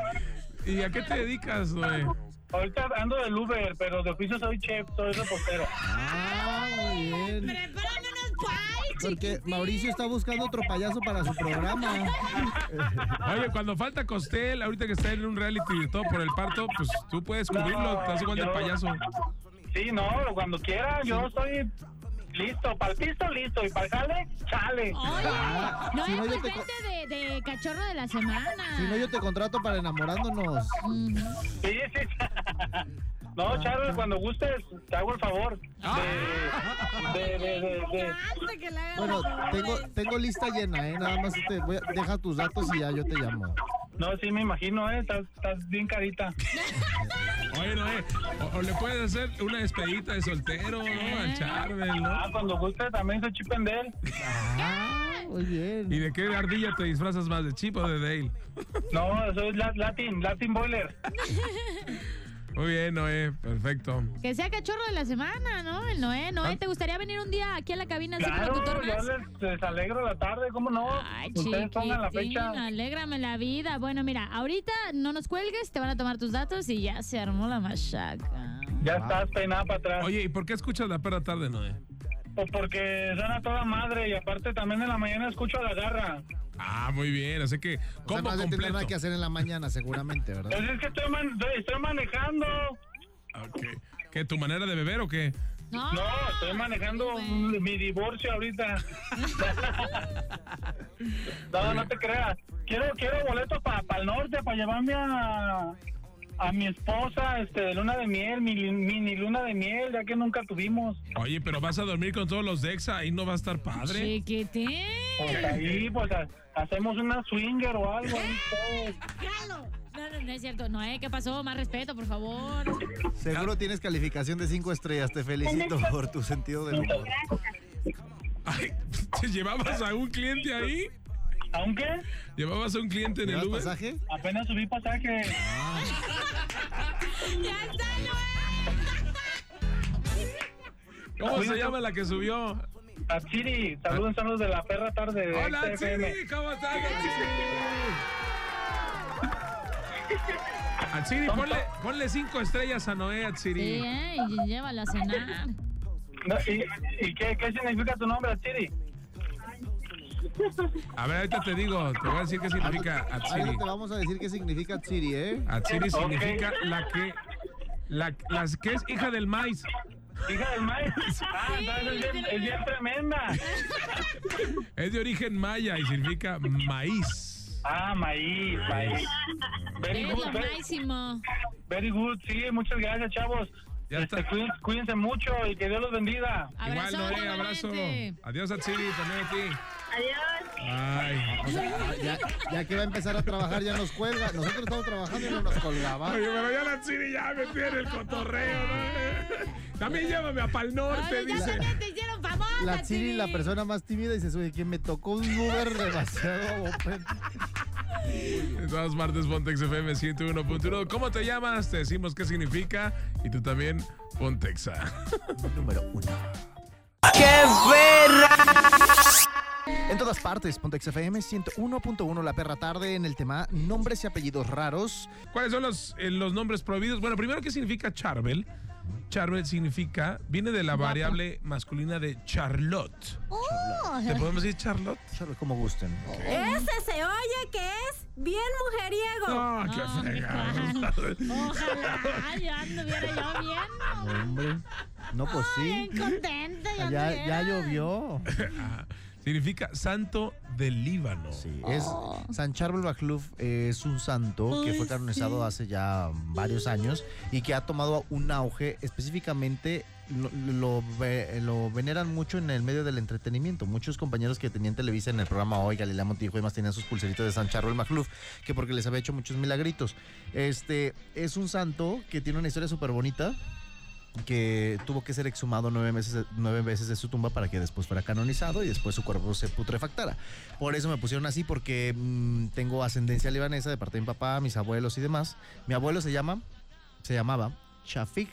¿y a qué te dedicas, Noé?
Ahorita ando del Uber, pero de oficio soy chef, soy reportero.
Ah, muy bien.
Prepárame unos pies,
Porque Mauricio está buscando otro payaso para su programa.
Oye, cuando falta Costel, ahorita que está en un reality y todo por el parto, pues tú puedes cubrirlo, te das igual del
yo-
payaso.
Sí, no, cuando quiera, yo estoy listo. Para el pisto, listo. Y para el jale, chale.
Ah.
Oye, no
Ah, Si no,
es
yo
pues
te co-
vente de, de cachorro de la semana.
Si no, yo te contrato para enamorándonos.
Sí, sí.
Ah,
No, Charles, cuando gustes, te hago el favor. De, de, de, de, de-
Hazte que la haga
Bueno,
la
tengo,
pobre.
tengo lista llena, ¿eh? Nada más te voy a- deja tus datos y ya yo te llamo.
No, sí, me imagino, ¿eh? Estás, estás bien carita.
Oye, Noé, o, o le puedes hacer una despedida de soltero, ¿no? Al Charbel, ¿no?
Ah, cuando guste, también soy chip en él.
Ah, muy bien.
¿Y de qué ardilla te disfrazas más, de Chip o de Dale?
No, soy la- Latin, Latin Boiler.
Muy bien, Noé, perfecto.
Que sea cachorro de la semana, ¿no? El Noé,
Ah.
Noé, ¿te gustaría venir un día aquí a la cabina a ser
Claro,
locutor
yo
más?
les, les alegro la tarde, ¿cómo no?
Ay,
Ustedes pongan la
chiquitín,
fecha.
alégrame la vida. Bueno, mira, ahorita no nos cuelgues, te van a tomar tus datos y ya se armó la machaca.
Ya estás peinada para atrás.
Oye, ¿y por qué escuchas la perra tarde, eh? Noé?
Pues porque suena toda madre y aparte también en la mañana escucho a la garra.
Ah, muy bien, así que
O sea,
combo
no has de tener
completo.
nada que hacer en la mañana, seguramente, ¿verdad?
Pues es que estoy, man- estoy- estoy manejando.
Ok. ¿Qué, tu manera de beber o qué?
No,
No, estoy manejando mi divorcio ahorita. no, no te creas. Quiero, quiero boletos para el norte, para llevarme a, a mi esposa este, de luna de miel, mi li- mini luna de miel, ya que nunca tuvimos.
Oye, pero vas a dormir con todos los Dexa, ahí no va a estar padre.
Chiquitín.
Pues ahí, pues ha- hacemos una swinger o algo. ahí todo.
Jalo.
No, no, no es cierto. Noé, ¿qué pasó? Más respeto, por favor.
Seguro tienes calificación de cinco estrellas. Te felicito por tu sentido del humor.
Ay, ¿te ¿Llevabas a un cliente ahí?
Aunque
¿Llevabas a un cliente en el
¿Llevas
Uber?
pasaje?
apenas subí pasaje.
Ya está,
¿Cómo se llama la que subió?
Tatsiri, saludos, saludos de la perra tarde. de
Hola,
XFM.
Chiri, ¿cómo estás, Chiri? A Chiri, ponle, ponle cinco estrellas a Noé, a
Sí,
Chiri.
¿eh? Y llévala a cenar.
No, ¿Y, y qué, qué significa tu nombre, Chiri?
A ver, ahorita te digo, te voy a decir qué significa
Ahora
Atsiri.
te vamos a decir qué significa Siri, ¿eh?
Atsiri
Ok.
significa la que. La, las que es hija del maíz.
Hija del maestro. Ah, entonces es, bien, es bien tremenda.
Es de origen maya y significa maíz.
Ah, maíz, maíz. Very
Es lo
good, very,
máximo.
very good. Sí, muchas gracias, chavos.
Ya
Este,
está.
cuídense, cuídense mucho y que Dios los bendiga.
Igual,
Abrazo,
Noé, abrazo.
valiente.
Adiós, Atsiri, también a ti.
Adiós.
Ay.
O sea, ya, ya que va a empezar a trabajar, ya nos cuelga. Nosotros estamos trabajando y no nos colgaba.
Oye, pero ya la Chiri ya me tiene el cotorreo, ¿no? También llévame a Pal Norte,
Oye, ya
dice.
también te hicieron favor.
la Siri, la persona más tímida, y se sube. Que me tocó un Uber demasiado open.
De todas partes, Pontex FM 101.1. ¿Cómo te llamas? Te decimos qué significa. Y tú también, Pontexa.
Número uno. ¡Qué perra! En todas partes, Pontex FM 101.1, la perra tarde, en el tema nombres y apellidos raros.
¿Cuáles son los, eh, los nombres prohibidos? Bueno, primero, ¿qué significa Charbel? Charbel significa, viene de la variable masculina de Charlotte.
Oh.
¿Te podemos decir Charlotte?
Solo como gusten.
Ese se oye que es bien mujeriego.
No, qué
Ah,
fregado.
Ojalá, ya anduviera yo bien.
Hombre. No, pues sí.
Bien contenta, ya,
Ya,
anduviera.
ya llovió.
Significa santo del Líbano.
Sí, es San Charbel Bacluf es un santo que
Ay,
fue canonizado
sí.
hace ya varios años y que ha tomado un auge específicamente lo, lo ve- lo veneran mucho en el medio del entretenimiento. Muchos compañeros que tenían Televisa en el programa Hoy, Galilea Montijo y más tenían sus pulseritas de San Charbel Bacluf, que porque les había hecho muchos milagritos. Este es un santo que tiene una historia súper bonita que tuvo que ser exhumado nueve, meses, nueve veces de su tumba para que después fuera canonizado y después su cuerpo se putrefactara. Por eso me pusieron así, porque mm, tengo ascendencia libanesa de parte de mi papá, mis abuelos y demás. Mi abuelo se llama, se llamaba Shafik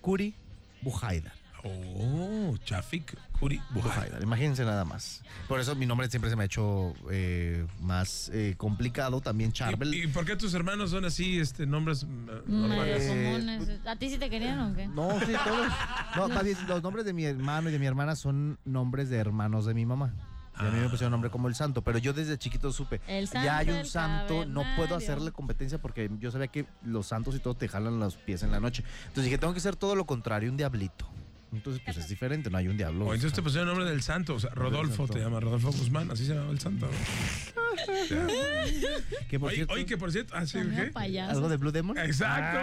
Kuri Buhaidar.
Oh, Chafik Kuri Buhai.
Buhaidar, imagínense nada más. Por eso mi nombre siempre se me ha hecho eh, más eh, complicado, también Charbel.
¿Y, y por qué tus hermanos son así, este, nombres mm, normales?
Eh,
Comunes. ¿A ti sí te querían o qué?
No, sí, todos. No, más bien, los nombres de mi hermano y de mi hermana son nombres de hermanos de mi mamá. Y a mí
Ah.
me pusieron nombre como el santo, pero yo desde chiquito supe,
El santo
ya hay un
del
santo, no puedo
cavernario.
hacerle competencia porque yo sabía que los santos y todo te jalan los pies en la noche. Entonces dije, tengo que ser todo lo contrario, un diablito. Entonces, pues es diferente, no hay un diablo.
O entonces pues, te pusieron el nombre del santo, o sea, Rodolfo
santo.
te llama, Rodolfo Guzmán, así se llama el santo.
que por
Oye,
cierto,
oye, que por cierto, así,
Como
¿qué?
payaso.
algo de Blue Demon.
Exacto.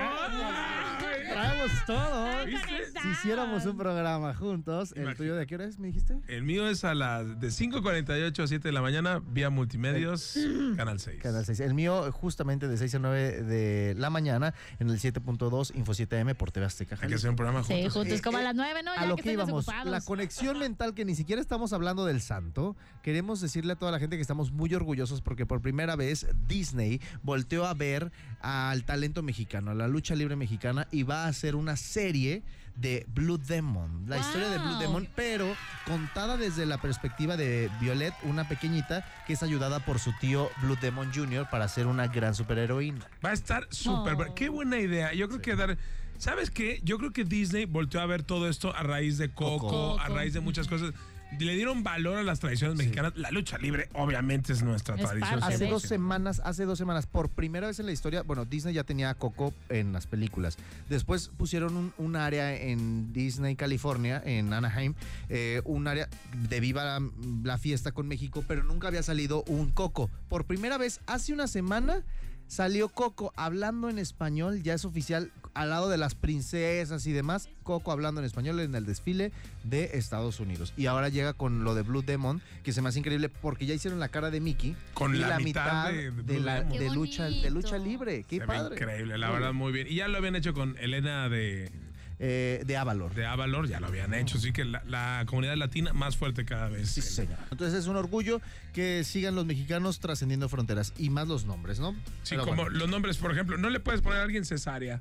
Traemos todo.
¿Viste?
Si hiciéramos un programa juntos,
Imagínate.
¿el tuyo de qué hora es, me dijiste?
El mío es a las de 5.48 a 7 de la mañana, vía multimedios, Canal 6.
Canal 6. El mío, justamente de 6 a 9 de la mañana, en el 7.2 Info 7M por TV Azteca.
Hay que hacer un programa
Sí,
juntos.
juntos
Eh,
como a
eh,
las nueve, ¿no? Ya
A lo
que,
que
están
íbamos, la
desocupados.
conexión mental que ni siquiera estamos hablando del santo, queremos decirle a toda la gente que estamos muy orgullosos porque por primera vez Disney volteó a ver al talento mexicano, a la lucha libre mexicana y va a hacer una serie de Blue Demon, la historia de Blue
¡Wow!
Demon, pero contada desde la perspectiva de Violet, una pequeñita que es ayudada por su tío Blue Demon Jr. para ser una gran superheroína.
Va a estar súper.
Oh.
Qué buena idea. Yo creo que dar. ¿Sabes qué? Yo creo que Disney volteó a ver todo esto a raíz de Coco,
Coco.
a raíz de muchas cosas. Le dieron valor a las tradiciones mexicanas. La lucha libre, obviamente, es nuestra
Es
tradición.
parte
Hace
de-
dos
100%.
semanas, hace dos semanas, por primera vez en la historia, bueno, Disney ya tenía a Coco en las películas. Después pusieron un, un área en Disney, California, en Anaheim, eh, un área de viva la, la fiesta con México, pero nunca había salido un Coco. Por primera vez, hace una semana, salió Coco hablando en español, ya es oficial, al lado de las princesas y demás, Coco hablando en español en el desfile de Estados Unidos. Y ahora llega con lo de Blue Demon, que se me hace increíble porque ya hicieron la cara de Mickey
Con
y
la mitad de- de Blue
la-
Demon.
de
Qué
lucha, de
bonito.
lucha libre. Qué
Se ve
padre.
increíble, la verdad, muy bien. Y ya lo habían hecho con Elena de,
Eh, de Avalor.
de Avalor, ya lo habían hecho. Así que la, la comunidad latina más fuerte cada vez.
Sí, señor. Entonces es un orgullo que sigan los mexicanos trascendiendo fronteras y más los nombres, ¿no?
Sí,
Pero
como
bueno.
los nombres, por ejemplo, no le puedes poner a alguien cesárea.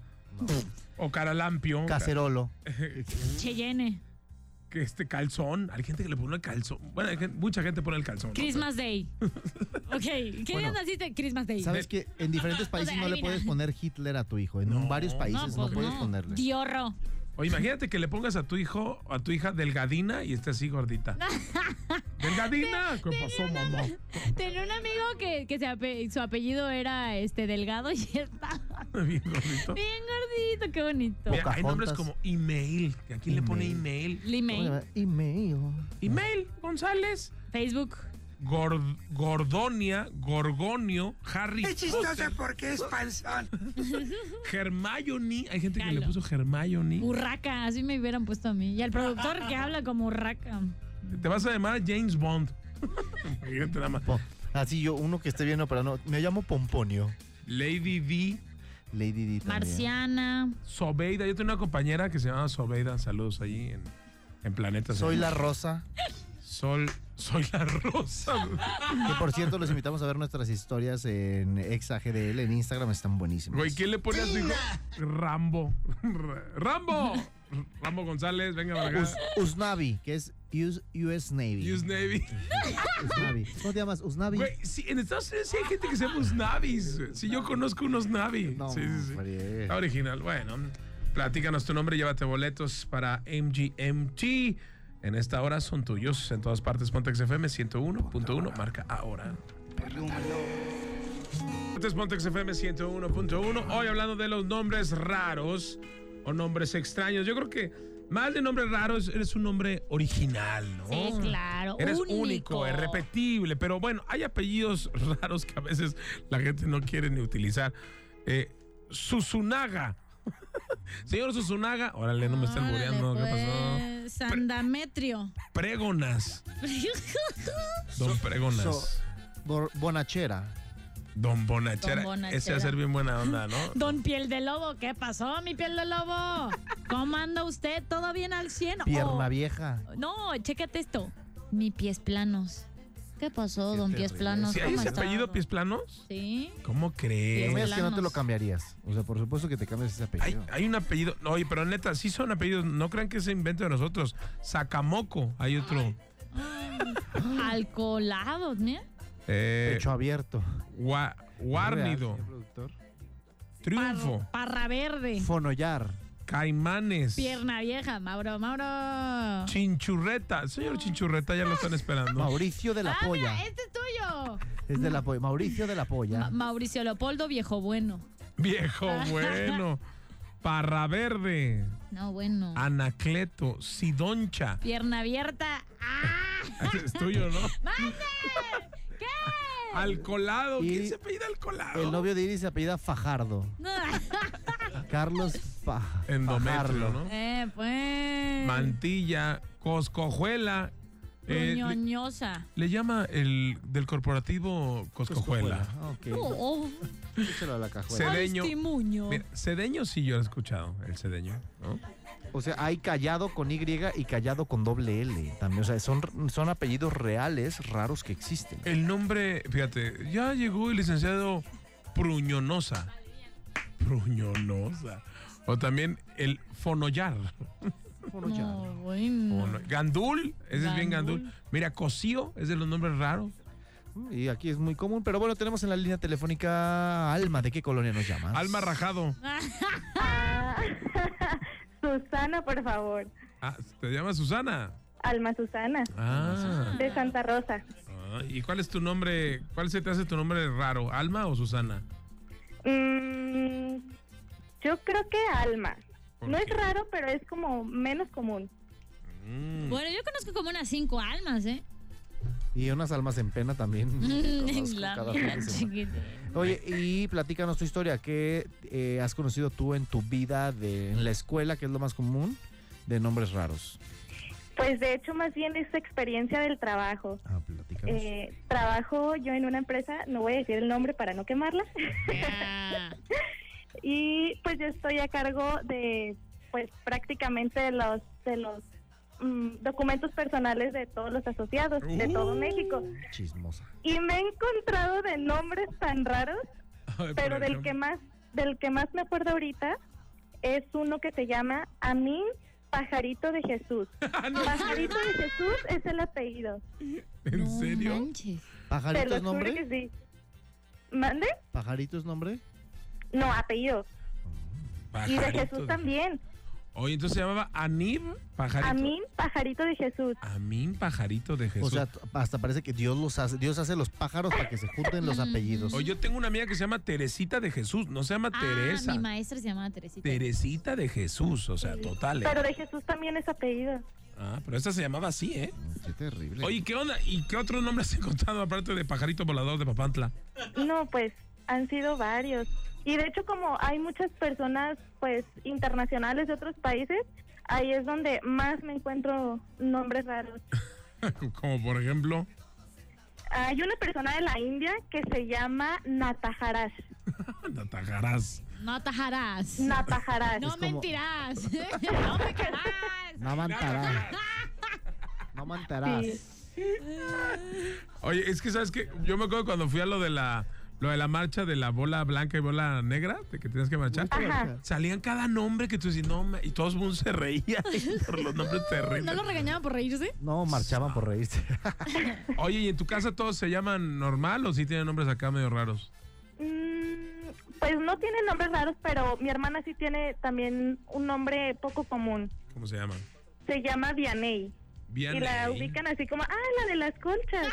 O caralampio.
Cacerolo.
Cheyenne.
que este calzón. Hay gente que le pone el calzón. Bueno, hay gen- mucha gente pone el calzón. ¿no?
Christmas Day. Ok, ¿qué día
Bueno.
naciste? Christmas Day.
Sabes que en diferentes países no le
adivina.
puedes poner Hitler a tu hijo. En
No.
varios países no,
pues
puedes
no.
ponerle.
Diorro.
O imagínate que le pongas a tu hijo, a tu hija delgadina y esté así gordita. ¿Delgadina? ¿Qué pasó, mamá?
Tenía un amigo que, que se ape- su apellido era este delgado y estaba
Bien gordito.
bien gordito. Qué bonito.
Mira, hay nombres como
Pocahontas.
email. ¿A quién le pone email?
¿Cómo se
Limei.
llama? Email.
Email, González.
Facebook.
Gord- Gordonia, Gorgonio, Harry Potter.
porque es panzón.
Hermione. Hay gente que
Galo.
le puso Hermione.
Urraca. Así me hubieran puesto a mí. Y al productor que habla como urraca.
Te vas a llamar James Bond. Imagínate nada más.
Po- Así yo, uno que esté viendo, pero no. Me llamo Pomponio.
Lady D.
Lady D. también.
Marciana.
Sobeida, yo tenía una compañera que se llamaba Sobeida, saludos ahí en, En Planeta
Soy
Sol.
la Rosa.
Sol. Soy la rosa. güey.
Que por cierto, los invitamos a ver nuestras historias en ExaGDL en Instagram, están buenísimas.
Güey, ¿quién le pone a su hijo? Rambo. ¡Rambo! Rambo González, venga para acá.
Us- Usnavi, que es US, US Navy.
Use Navy.
Usnavi. ¿Cómo te llamas? Usnavi.
Güey, sí, en Estados Unidos sí hay gente que se llama Usnavis. Sí, yo conozco unos Navi.
No,
sí, sí, sí.
hombre.
Está original. Bueno, platícanos tu nombre, llévate boletos para MGMT. En esta hora son tuyos. En todas partes, Pontex FM 101.1. Marca ahora. Este es Pontex FM 101.1. Hoy hablando de los nombres raros o nombres extraños. Yo creo que más de nombres raros, eres un nombre original, ¿no?
Oh.
Sí, claro,
Eres
único.
único, es repetible. Pero bueno, hay apellidos raros que a veces la gente no quiere ni utilizar. Eh, Susunaga. Señor Susunaga. Órale, no me están
Órale,
muriendo. ¿Qué pasó?
pues, Sandametrio.
Pregonas. Don Pregonas.
So- Bor- bonachera.
Oh.
Don Bonachera.
Don Bonachera.
Ese va a ser bien buena onda, ¿no?
Don Piel de Lobo, ¿qué pasó, mi Piel de Lobo? ¿Cómo anda usted? ¿Todo bien al 100?
Pierna
Oh,
vieja.
No, chécate esto. Mi pies planos. ¿Qué pasó, don pies planos?
Si hay
¿Cómo
ese
está?
apellido pies planos,
Sí.
¿cómo
No
crees?
me digas que no te lo
Planos.
cambiarías. O sea, por supuesto que te cambias ese
Hay,
apellido.
hay un apellido. No, oye, pero neta, sí son apellidos. No crean que se invento de nosotros. Sacamoco, hay otro.
Alcoholados, mira.
Eh,
Pecho abierto.
gua- guárnido.
Real, señor productor.
Triunfo.
Parra verde.
Fonollar.
Caimanes.
Pierna vieja, Mauro, Mauro.
Chinchurreta. Señor Chinchurreta, ya lo están esperando.
Mauricio de la
Ah,
Polla.
mira, este es tuyo.
Es de la Polla. Mauricio de la
Ma-
Polla.
Mauricio Leopoldo, viejo bueno.
Viejo bueno. Parra Verde.
No, bueno.
Ah. Anacleto. Sidoncha.
Pierna abierta. ¡Ah!
Ese es tuyo, ¿no?
¡Mande! ¿Qué?
Alcolado. ¿Quién
Y
se apellida Alcolado?
El novio de Iris se apellida Fajardo. Carlos Fa-
Endometrio,
Fajardo.
¿no?
Eh, pues.
Mantilla. Coscojuela. eh, le,
Ñoñosa.
le llama el del corporativo Coscojuela.
Ah, Ok.
Oh, oh.
Échalo a la cajuela.
Cedeño.
Aristimuño.
Mira, cedeño sí yo lo he escuchado, el cedeño, ¿no?
O sea, hay callado con Y y callado con doble L también. O sea, son, son apellidos reales raros que existen.
El nombre, fíjate, ya llegó el licenciado Pruñonosa. Pruñonosa. O también el Fonollar.
No, bueno.
Fono- Gandul, ese es bien
Gandul.
Gandul. Mira, Cosío es de los nombres raros.
Y aquí es muy común. Pero bueno, tenemos en la línea telefónica Alma. ¿De qué colonia
Ah.
nos llamas?
Alma Rajado.
Susana, por favor.
Ah, te llamas Susana.
Alma Susana,
Ah.
de Santa Rosa.
Ah, ¿Y cuál es tu nombre? ¿Cuál se te hace tu nombre raro? ¿Alma o Susana?
Mm, yo creo que Alma.
¿Por
No es
qué?
raro, pero es como menos común.
Mm.
Bueno, yo conozco como unas cinco almas, ¿eh?
Y unas almas en pena también. Conozco
La
cada fin de
mera
semana.
chiquitina.
Oye, y platícanos tu historia. ¿Qué eh, has conocido tú en tu vida de, en la escuela, que es lo más común, de nombres raros?
Pues de hecho, más bien es experiencia del trabajo.
Ah, platícanos.
Eh, trabajo yo en una empresa, no voy a decir el nombre para no quemarla,
Ah,
y pues yo estoy a cargo de, pues prácticamente de los, de los mm, documentos personales de todos los asociados de todo
Uh.
México.
Chismosa.
Y me he encontrado de nombres tan raros,
A ver,
pero
por
del
ejemplo.
que más, del que más me acuerdo ahorita es uno que se llama Amin Pajarito de Jesús.
Ah, no,
Pajarito de Jesús es el apellido.
¿En
no
serio?
manches.
Te
¿Pajarito
lo
es
juro
nombre?
que sí. ¿Mande?
¿Pajarito es nombre?
No, apellido. Y de
Pajarito.
Jesús también.
Oye, entonces se llamaba Anib Pajarito.
Amín, pajarito de Jesús.
Amín Pajarito de Jesús.
O sea, t- hasta parece que Dios los hace, Dios hace los pájaros para que se junten los apellidos.
Oye, yo tengo una amiga que se llama Teresita de Jesús, no se llama
Ah,
Teresa.
mi maestra se llamaba Teresita.
Teresita de Jesús, o sea, total. ¿eh?
Pero de Jesús también es apellido.
Ah, pero esta se llamaba así, ¿eh?
Qué terrible.
Oye, ¿qué onda? ¿Y qué otro nombre has encontrado aparte de Pajarito Volador de Papantla?
No, pues han sido varios. Y de hecho, como hay muchas personas, pues, internacionales de otros países, ahí es donde más me encuentro nombres raros.
Como por ejemplo,
Hay una persona de la India que se llama Natajaraj.
Natajarás.
No atajarás.
Natajaraj.
No mentirás. no me quedarás.
No aguantarás. No aguantarás.
Oye, es que sabes que yo me acuerdo cuando fui a lo de la lo de la marcha de la bola blanca y bola negra, de que tienes que marchar.
Ajá.
Salían cada nombre que tú dices, no, ma-", y todos mundo se reía por los nombres
¿No
terribles.
lo regañaban por reírse?
No, marchaban por reírse.
Oye, ¿y en tu casa todos se llaman normal o sí tienen nombres acá medio raros?
Mm, pues no tiene nombres raros, pero mi hermana sí tiene también un nombre poco común.
¿Cómo se llaman?
Se llama Vianey.
Vianey.
Y la ubican así como, ah, la de las colchas.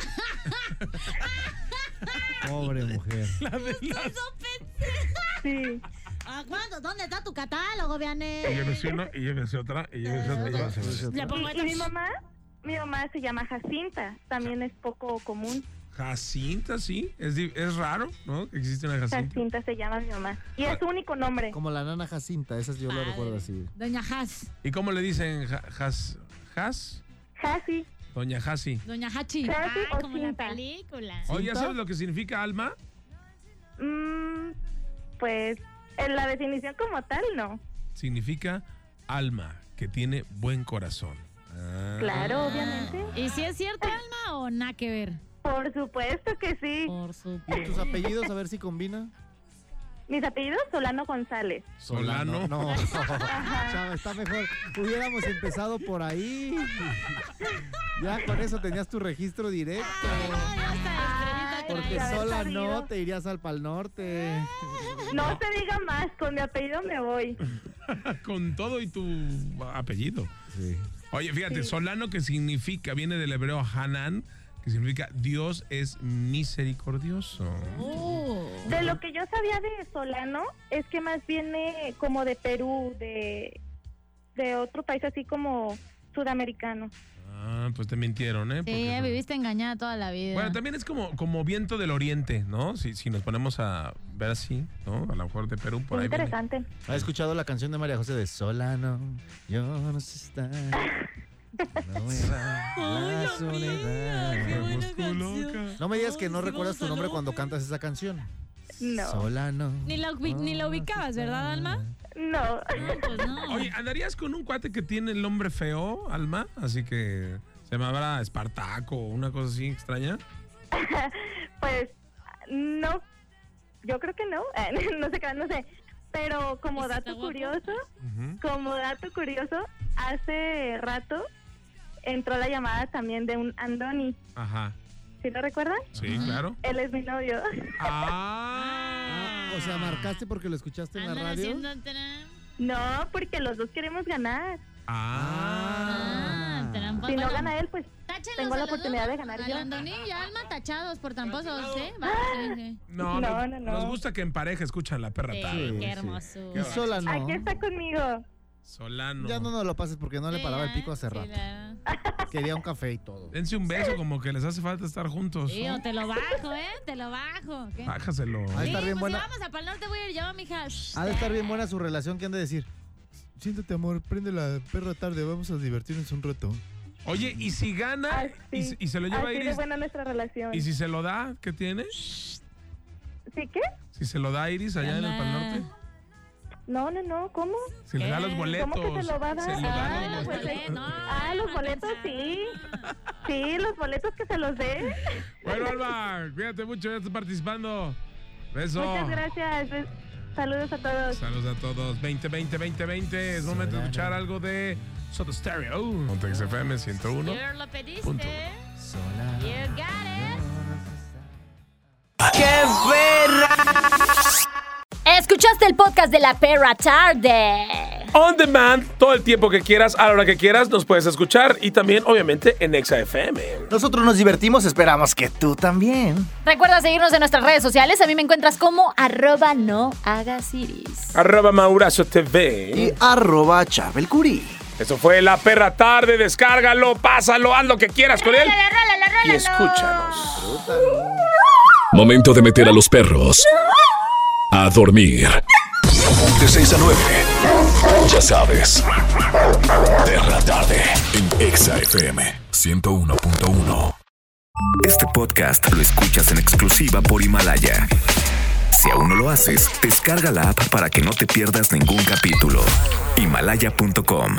Pobre mujer.
La de las-
Sí.
¿A cuándo? ¿Dónde está tu catálogo,
Y yo me
Vianey?
hice una, y yo me hice otra, y yo me hice otra. y yo me hice otra.
Le pongo
Y, y mi mamá, mi mamá se llama Jacinta, también es poco común.
Jacinta, sí. Es, di- es raro, ¿no? Que existe una Jacinta.
Jacinta se llama mi mamá. Y es su único nombre.
Como la nana Jacinta, esas yo lo recuerdo así.
Doña Has.
¿Y cómo le dicen Ja- Jas? ¿Jas?
Jasi.
Doña Jasi.
Doña Hachi.
Jasi
Ah,
Ay,
o
como la
Cinta.
película.
Oye, ¿ya sabes lo que significa alma?
Mm, pues en la definición como tal, no.
Significa alma que tiene buen corazón. Ah.
Claro, obviamente.
¿Y si es cierto, Alma, o nada que ver?
Por supuesto que sí.
Por
¿Y
supuesto.
tus apellidos a ver si combina?
Mis apellidos, Solano González.
Solano.
No, Chava, está mejor. Hubiéramos empezado por ahí. Ya con eso tenías tu registro directo.
Ay,
Porque
de haber
sola
sabido.
no te irías al Pal Norte.
No se diga más, con mi apellido me voy.
Con todo y tu apellido. Oye, fíjate, Solano que significa, viene del hebreo Hanan, que significa Dios es misericordioso.
De lo que yo sabía de Solano es que más viene como de Perú, de, de otro país así como sudamericano.
Ah, pues te mintieron, ¿eh?
Sí,
Porque-
viviste engañada toda la vida.
Bueno, también es como, como viento del oriente, ¿no? Si, si nos ponemos a ver así, ¿no? A lo mejor de Perú, por
Muy
ahí. viene.
interesante.
¿Has escuchado la canción de María José de Solano? Yo no sé estar. No me da la soledad. No me digas que no recuerdas tu nombre cuando cantas esa canción.
No,
Solano. Ah.
Ni la, ubi- ni la ubicabas, ¿verdad, Alma?
no.
Pues no.
Oye, ¿andarías con un cuate que tiene el nombre feo, Alma? Así que se llamaba Espartaco o una cosa así extraña.
Pues no, yo creo que no, no sé, qué, no sé. Pero
¿Y
como
si está
dato
guapo?
curioso,
Ujú.
como dato curioso, hace rato entró la llamada también de un Andoni.
Ajá.
¿Sí lo recuerdan?
Sí, claro.
Él es mi novio.
Ah.
O sea, marcaste porque lo escuchaste en la
Andan
radio.
haciendo tram.
No, porque los dos queremos ganar.
Ah.
Ah, trampa.
Si no
Bueno,
gana él, pues
táchenlos
tengo
a
la
los
oportunidad
dos.
de ganar
A
yo. Ah.
Landoni y a Alma tachados por tramposos, ¿eh? Vale, sí, sí.
No,
No,
nos,
no, no.
nos gusta que en pareja escuchan la perra
Sí,
tarde.
qué hermoso.
Y sola no.
aquí está conmigo.
Solano.
Ya no nos lo pases porque no le
Sí,
paraba el
¿eh?
pico hace
Sí,
rato.
la-
Quería un café y todo.
Dense un beso, como que les hace falta estar juntos.
Sí, o te lo bajo, ¿eh? Te lo bajo. ¿Qué?
Bájaselo.
Ha
Sí,
de estar Ah,
pues
bien buena. Ah,
si vamos a Pal Norte, voy a ir yo, mija. Shh,
Ha de estar bien
ya.
buena su relación que han de decir. Siéntate, amor, prende la perra tarde, vamos a divertirnos un rato.
Oye, ¿y si gana
Así,
y, si- y se lo lleva
así de
Iris?
buena nuestra relación.
¿Y si se lo da? ¿Qué tiene?
¿Sí qué?
Si se lo da Iris allá en el Pal Norte.
No, no, no, ¿cómo?
Si le da
¿Qué?
los boletos.
Eh, ¿Cómo que se lo va a dar?
se lo da
Ah,
los
los
pues,
boletos.
boletos.
Ah, los boletos, sí. Sí, los boletos que se los dé.
Bueno, Alba, cuídate mucho, ya estás participando. Beso.
Muchas gracias. Bes- Saludos a todos.
Saludos a todos. 20, 20, 20, 20. Es momento de escuchar algo de Soto Stereo. Montex FM 101.
Ayer lo pediste.
Punto.
Solano.
You got it.
Escuchaste el podcast de La Perra Tarde.
On demand, todo el tiempo que quieras, a la hora que quieras, nos puedes escuchar. Y también, obviamente, en Exa FM.
Nosotros nos divertimos, esperamos que tú también.
Recuerda seguirnos en nuestras redes sociales. A mí me encuentras como arroba no hagas iris.
Arroba Mauracio
Y
TV.
arroba Chabel Curi.
Eso fue La Perra Tarde. Descárgalo, pásalo, haz lo que quieras con él. Y escúchanos.
Momento de meter a los perros a dormir. De 6 a 9. Ya sabes. Perra tarde en Exa FM 101.1.
Este podcast lo escuchas en exclusiva por Himalaya. Si aún no lo haces, descarga la app para que no te pierdas ningún capítulo. Himalaya.com